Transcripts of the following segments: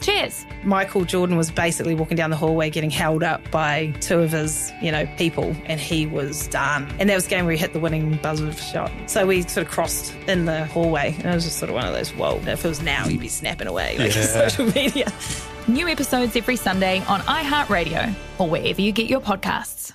Cheers. Michael Jordan was basically walking down the hallway getting held up by two of his, you know, people, and he was done. And that was the game where he hit the winning buzzer shot. So we sort of crossed in the hallway, and it was just sort of one of those, whoa, if it was now, you'd be snapping away like Yeah. social media. New episodes every Sunday on iHeartRadio or wherever you get your podcasts.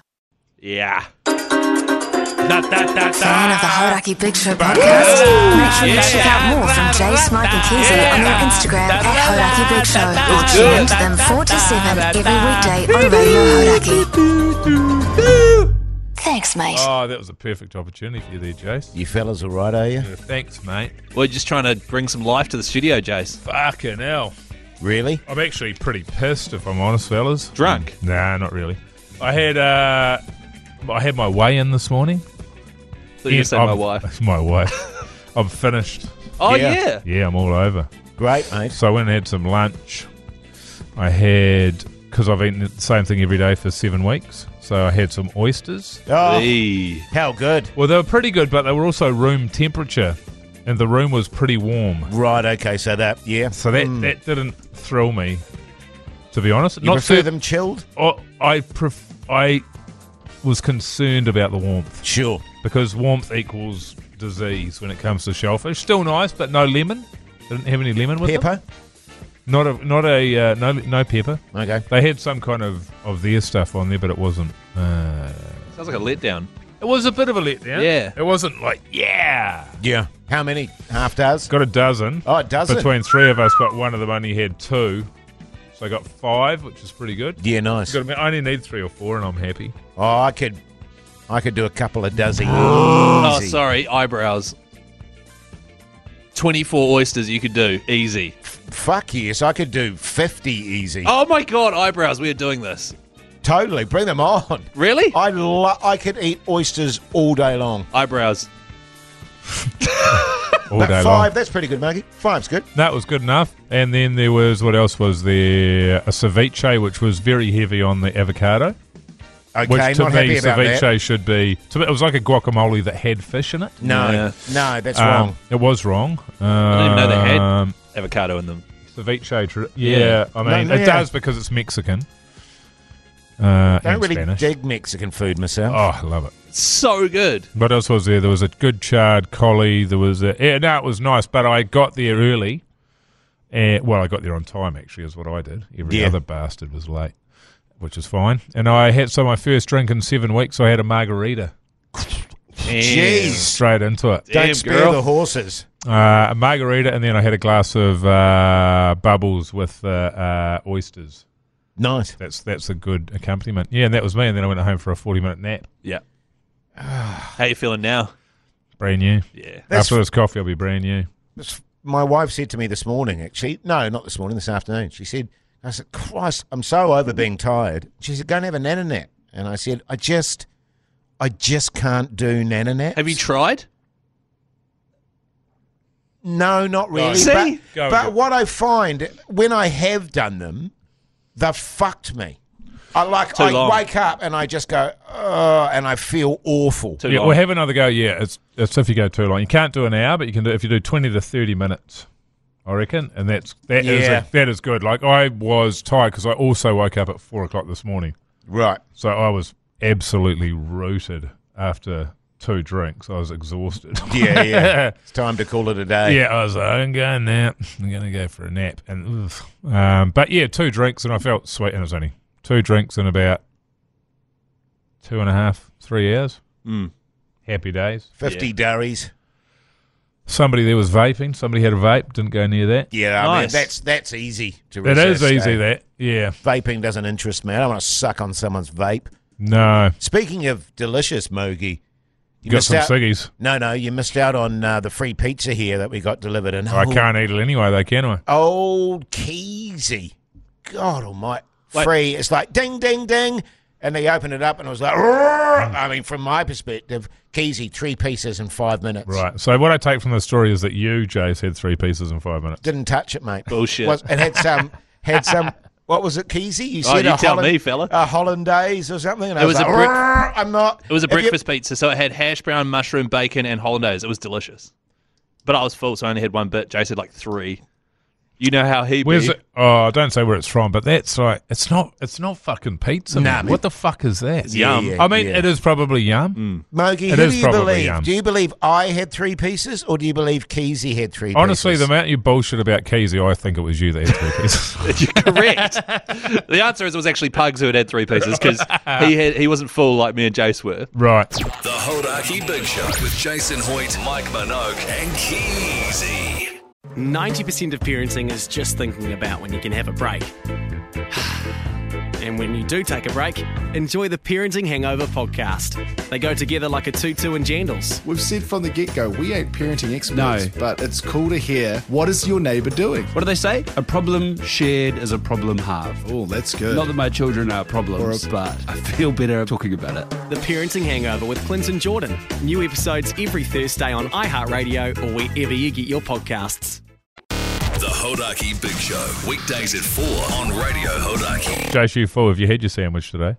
Yeah. Da, da, da, Fan of the da. Hauraki Big Show podcast? Make sure you check out more from Jace, Mike and Keezy on their Instagram at Hauraki Big Show or tune in to them 4 to 7 every weekday on Radio Hauraki. Thanks, mate. Oh, that was a perfect opportunity for you there, Jace. You fellas all right, are you? Yeah, thanks, mate. We're just trying to bring some life to the studio, Jace. Fucking hell. Really? I'm actually pretty pissed, if I'm honest, fellas. Drunk? Nah, not really. I had uh, I had my way in this morning. Thought you were saying my I'm- wife. It's my wife. I'm finished. Oh Yeah. yeah. Yeah, I'm all over. Great, mate. So I went and had some lunch. I had because I've eaten the same thing every day for seven weeks. So I had some oysters. Oh, Hey. how good. Well, they were pretty good, but they were also room temperature, and the room was pretty warm. Right, okay, so that, yeah. So that that didn't thrill me, to be honest. Hmm. You prefer that- them chilled? Oh, I pref- I was concerned about the warmth Sure. because warmth equals disease when it comes to shellfish. Still nice, but no lemon. They didn't have any lemon with them. Pepper? Not a not a uh, no no pepper. Okay. They had some kind of of their stuff on there, but it wasn't. Uh, Sounds like a letdown. it was a bit of a letdown. Yeah. it wasn't like yeah. Yeah. How many? Half does? Got a dozen. Oh, it doesn't. between three of us, but one of them only had two, so I got five, which is pretty good. Yeah, nice. Got to be- I only need three or four, and I'm happy. Oh, I could, I could do a couple of dozen. Oh, Easy. sorry, eyebrows. Twenty-four oysters you could do easy. Fuck yes, I could do fifty easy. Oh my god, eyebrows! We are doing this. Totally, bring them on. Really? I lo- I could eat oysters all day long. eyebrows. All but day five, long. that's pretty good, Maggie. Five's good. That was good enough. And then there was what else was there? A ceviche, which was very heavy on the avocado. Okay, Which to not me, happy about ceviche that. should be. To me, it was like a guacamole that had fish in it. No, Yeah. no, that's Um, wrong. It was wrong. Um, didn't even know they had- Avocado in them. ceviche. Tra- yeah, Yeah. I mean No, it yeah. does because it's Mexican. Uh, Don't and really Spanish. dig Mexican food myself. oh, I love it. So good. What else was there? There was a good charred collie. There was a yeah, no, it was nice, but I got there early. And, well, I got there on time actually, is what I did. Every Yeah. other bastard was late, which is fine. And I had so my first drink in seven weeks. I had a margarita Jeez, straight into it, Damn, don't spare girl. the horses. uh, a margarita, and then I had a glass of uh, bubbles with uh, uh, oysters. Nice. That's that's a good accompaniment. Yeah, and that was me. And then I went home for a forty minute nap. Yeah. How you feeling now? Brand new. Yeah. That's- After this coffee, I'll be brand new. That's- My wife said to me this morning, actually, no, not this morning, this afternoon. She said, I said, Christ, I'm so over being tired. She said, go and have a nana nap. And I said, I just, I just can't do nana naps. Have you tried? No, not really. See? But, Go, but go. what I find when I have done them, they've fucked me. I like Too I long. wake up and I just go, oh, and I feel awful. Too yeah, long. well, have another go. Yeah, it's it's if you go too long. You can't do an hour, but you can do if you do twenty to thirty minutes. I reckon, and that's that is Yeah. that is good. Like I was tired because I also woke up at four o'clock this morning, Right. so I was absolutely rooted after two drinks. I was exhausted. Yeah, yeah. it's time to call it a day. Yeah, I was like, I'm going nap. I'm going to go for a nap. And ugh. um, but yeah, two drinks, and I felt sweet. And it was only two drinks in about two and a half, three hours. Mm. Happy days. Fifty Yeah. durries. Somebody there was vaping. Somebody had a vape. Didn't go near that. Yeah, I mean Nice. that's that's easy to That resist. is easy. eh? That yeah. Vaping doesn't interest me. I don't want to suck on someone's vape. No, Speaking of delicious Moogie, you got missed some out. ciggies. No, no, you missed out on uh, the free pizza here that we got delivered. And I oh, can't eat it anyway, though, can I? old Keezy. God almighty. Like- Free. It's like ding, ding, ding. And they opened it up and it was like, "Roar!" I mean, from my perspective, Keezy, three pieces in five minutes. Right. So what I take from the story is that you, Jay, said three pieces in five minutes. Didn't touch it, mate. Bullshit. Was, it had some, had some What was it, Keezy? You Oh, said you a tell Holland- me, fella. A hollandaise or something. And I It was, was a like, brick- "Rrr, I'm not. It was a If you- breakfast pizza, so it had hash brown, mushroom, bacon, and hollandaise. It was delicious. But I was full, so I only had one bit. Jace had like three. You know how he Where's be. it? Oh, don't say where it's from, but that's like it's not. It's not fucking pizza. Nah, man. man. What the fuck is that? Yeah, Yum. I mean, it is probably yum. Mogi, It who is do you probably believe? yum. Do you believe I had three pieces or do you believe Keezy had three Honestly, pieces? the amount you bullshit about Keezy, I think it was you that had three pieces. You're correct. the answer is it was actually Pugs who had had three pieces because he had he wasn't full like me and Jace were. right. The Hodaki Big Show with Jason Hoyt, Mike Minogue, and Keezy. 90% of parenting is just thinking about when you can have a break. And when you do take a break, enjoy the Parenting Hangover podcast. They go together like a tutu and jandals. We've said from the get go, we ain't parenting experts, but it's cool to hear what is your neighbour doing. What do they say? A problem shared is a problem halved. Oh, that's good. Not that my children are problems, Or a- but I feel better talking about it. The Parenting Hangover with Clinton Jordan. New episodes every Thursday on iHeartRadio or wherever you get your podcasts. The Hodaki Big Show, weekdays at 4 on Radio Hodaki. JSU full. Have you had your sandwich today,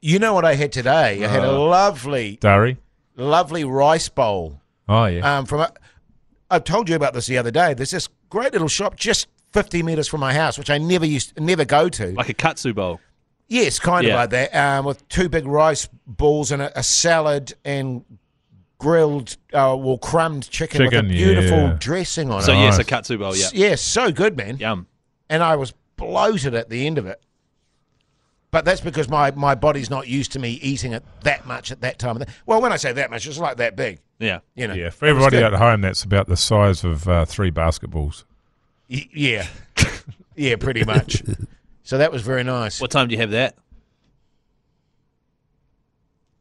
You know what I had today? I had Uh. a lovely, Dari? lovely rice bowl. Oh yeah. um, from a, I told you about this the other day. There's this great little shop just 50 meters from my house, which I never used, never go to. Like a katsu bowl. yes, kind Yeah. of like that, um, with two big rice balls and a, a salad and grilled, uh, well, crumbed chicken, Chicken, with a beautiful yeah. dressing on So it. yes, a Nice. katsu bowl, yeah. S- so good, man. Yum. And I was bloated at the end of it. But that's because my, my body's not used to me eating it that much at that time. of the- Well, when I say that much, it's like that big, Yeah. you know. yeah. For It was everybody at good. home, that's about the size of uh, three basketballs. Y- yeah, yeah, pretty much. So that was very nice. What time do you have that?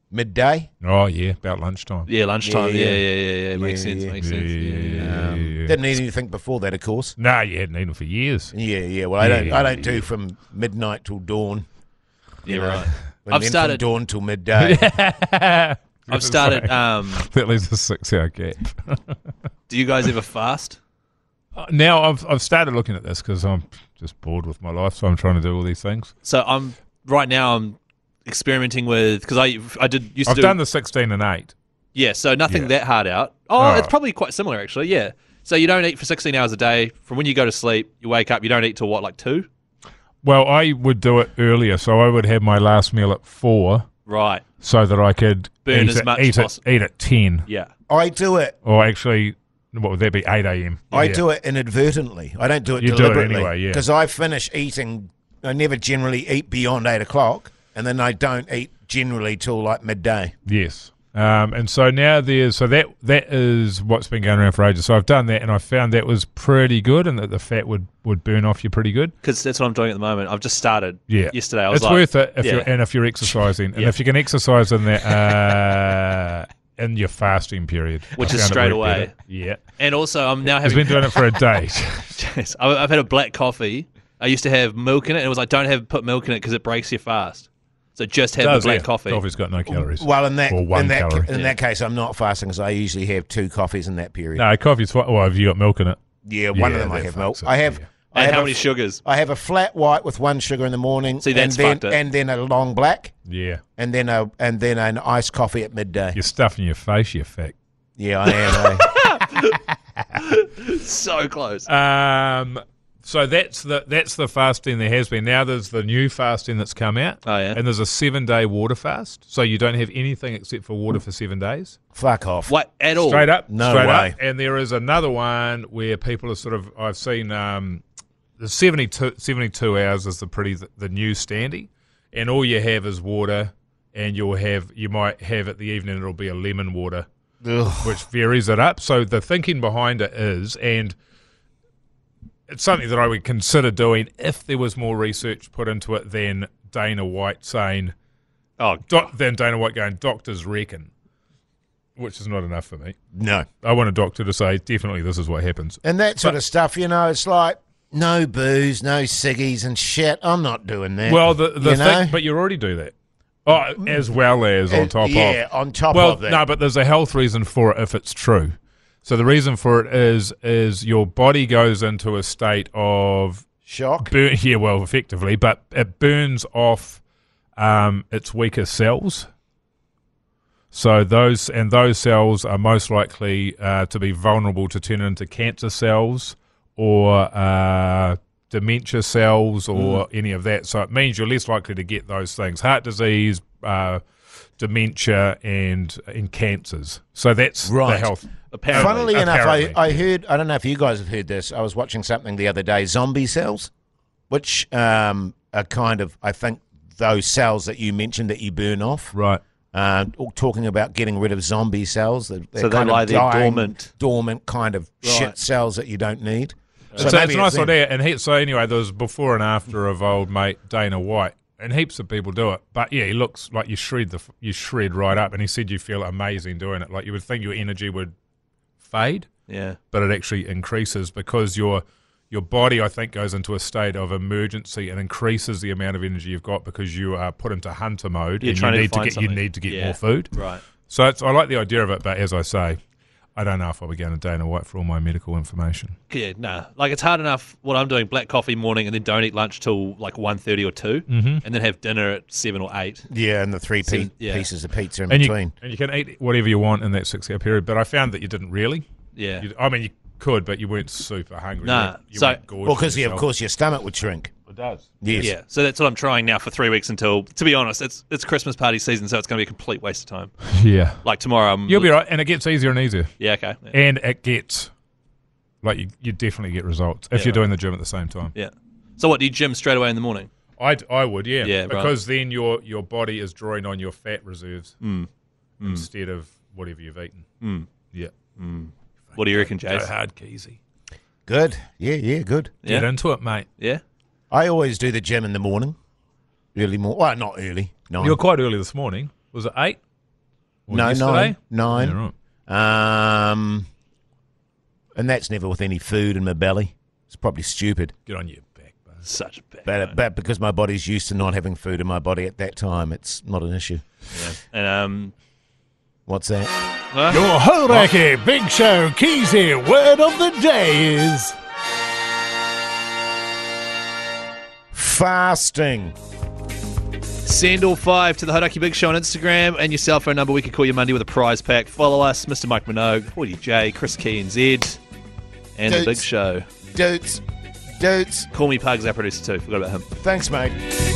Midday. Oh yeah, about lunchtime. Yeah, lunchtime. Yeah, Yeah, yeah. yeah, yeah, yeah. Makes Yeah, sense. yeah. Makes sense. Yeah, yeah, yeah. Um, Didn't need anything before that, of course. Nah, you hadn't eaten for years. Yeah, yeah. Well, I don't. Yeah, I don't do from midnight till dawn. Yeah, you know, right. and I've then started- from dawn till midday. I've started. Sorry. Um, That leaves a six-hour gap. do you guys ever fast? Uh, now I've I've started looking at this because I'm just bored with my life, so I'm trying to do all these things. So I'm right now. I'm experimenting with because I I did used to I've do, done the sixteen and eight. Yeah, so nothing Yeah. that hard out. Oh, Alright. it's probably quite similar actually. Yeah. So you don't eat for 16 hours a day. From when you go to sleep, you wake up, you don't eat till what, like two? Well, I would do it earlier, so I would have my last meal at four, Right. so that I could Burn eat as it- much eat, it, possi- eat at ten, Yeah. I do it. or actually, what would that be? Eight a.m. I do it inadvertently. I don't do it You do it deliberately. anyway, yeah. Because I finish eating. I never generally eat beyond eight o'clock, and then I don't eat generally till like midday. Yes. Um, and so now there's so that that is what's been going around for ages. So I've done that, and I found that was pretty good, and that the fat would would burn off you pretty good. Because that's what I'm doing at the moment. I've just started Yeah. yesterday. I was it's like, worth it if yeah. you're and if you're exercising, and Yeah. if you can exercise in that uh, in your fasting period, Which I is found it straight worked away. better. Yeah, And also, I'm now he's been having. doing it for a day. Jeez, I- I've had a black coffee. I used to have milk in it, and it was like, don't have put milk in it because it breaks your fast. So just have the black Yeah. coffee. Coffee's got no calories. Well, in that Or one in that calorie. in that case, I'm not fasting because I usually have two coffees in that period. no, coffee's fine. Well, have you got milk in it? Yeah, one Yeah, of them I that have fucks milk. it, I have. yeah. I and have how a many f- sugars? I have a flat white with one sugar in the morning. See, that's and fucked then, it. and then a long black, Yeah, and then a and then an iced coffee at midday. you're stuffing your face, you fat. Yeah, I am. eh? So close. Um, so that's the that's the fasting there has been. Now there's the new fasting that's come out. Oh, yeah. and there's a seven day water fast. So you don't have anything except for water for seven days. Fuck off. what at all? Straight up, No straight way. up. And there is another one where people are sort of. I've seen um, the 72, 72 hours is the pretty the new standy, and all you have is water, and you'll have you might have at the evening it'll be a lemon water, which varies it up. So the thinking behind it is, and it's something that I would consider doing if there was more research put into it than Dana White saying, Oh, doc, than Dana White going, doctors reckon, which is not enough for me. No, I want a doctor to say definitely this is what happens. and that sort of stuff. You know, it's like no booze, no ciggies and shit. I'm not doing that. Well, the the You thing, know? but you already do that. Oh, as well as on Uh, top of yeah, on top well, of that. no, but there's a health reason for it if it's true. So the reason for it is is your body goes into a state of Shock. burn yeah well effectively but it burns off um, its weaker cells so those and those cells are most likely uh, to be vulnerable to turn into cancer cells or uh, dementia cells or any of that so it means you're less likely to get those things heart disease uh, dementia and and cancers so that's the Right. health Apparently. Funnily enough, I, Apparently. I heard, I don't know if you guys have heard this, I was watching something the other day, zombie cells, which um, are kind of, I think, those cells that you mentioned that you burn off. right Uh, all talking about getting rid of zombie cells. They're, they're So they kind of lie there dying, dormant. Dormant kind of Right. shit cells that you don't need. So, it's a nice them. idea. And he, so anyway, there was before and after of old mate Dana White, and heaps of people do it. But yeah, he looks like you shred the f- you shred right up, and he said you feel amazing doing it. Like you would think your energy would fade, yeah. but it actually increases because your your body, I think, goes into a state of emergency and increases the amount of energy you've got because you are put into hunter mode. You're and trying you to need to, find get something. you need to get Yeah. more food. Right. So it's, I like the idea of it, but as I say, I don't know if I'll be going to Dana White for all my medical information. Yeah, nah. Like it's hard enough what I'm doing, black coffee morning and then don't eat lunch till like 1.30 or 2 Mm-hmm. and then have dinner at 7 or 8. Yeah, and the three So, pe- yeah. pieces of pizza in and you, between. and you can eat whatever you want in that six hour period. But I found that you didn't really. Yeah. You, I mean, you could, but you weren't super hungry. You Nah, weren't- You so- weren't gorging Well, because, of yourself. course, your stomach would shrink. It does. Yes. Yeah, so that's what I'm trying now for three weeks until, to be honest, it's it's Christmas party season, so it's going to be a complete waste of time. Yeah. Like tomorrow, I'm You'll be right, and it gets easier and easier, yeah, okay, yeah, and it gets like you, you definitely get results if Yeah, you're doing the gym at the same time. yeah. So what do you gym straight away in the morning? I'd, I would, yeah, Yeah, right. because then your your body is drawing on your fat reserves Hmm. instead of whatever you've eaten. Yeah, What do you reckon, Jace? hard, Keezy. Good. Yeah, yeah, good. Yeah, Get into it, mate. yeah. I always do the gym in the morning, early morning. Well, not early. Nine. You were quite early this morning. Was it eight? Or no, yesterday? nine, nine. Yeah, right. Um, and that's never with any food in my belly. It's probably stupid, Get on your back, bud. Such a bad. but but because my body's used to not having food in my body at that time, it's not an issue. And um, What's that? Your Horaki Big Show Keezy word of the day is Fasting. Send all five to the Hodaki Big Show on Instagram and your cell phone number. We could call you Monday with a prize pack. Follow us, Mr. Mike Minogue, Hoodie J, Chris Key and Zed, and the Dudes. Big Show. Dudes, dudes. Call me Pugs, our producer too. Forgot about him. Thanks, mate.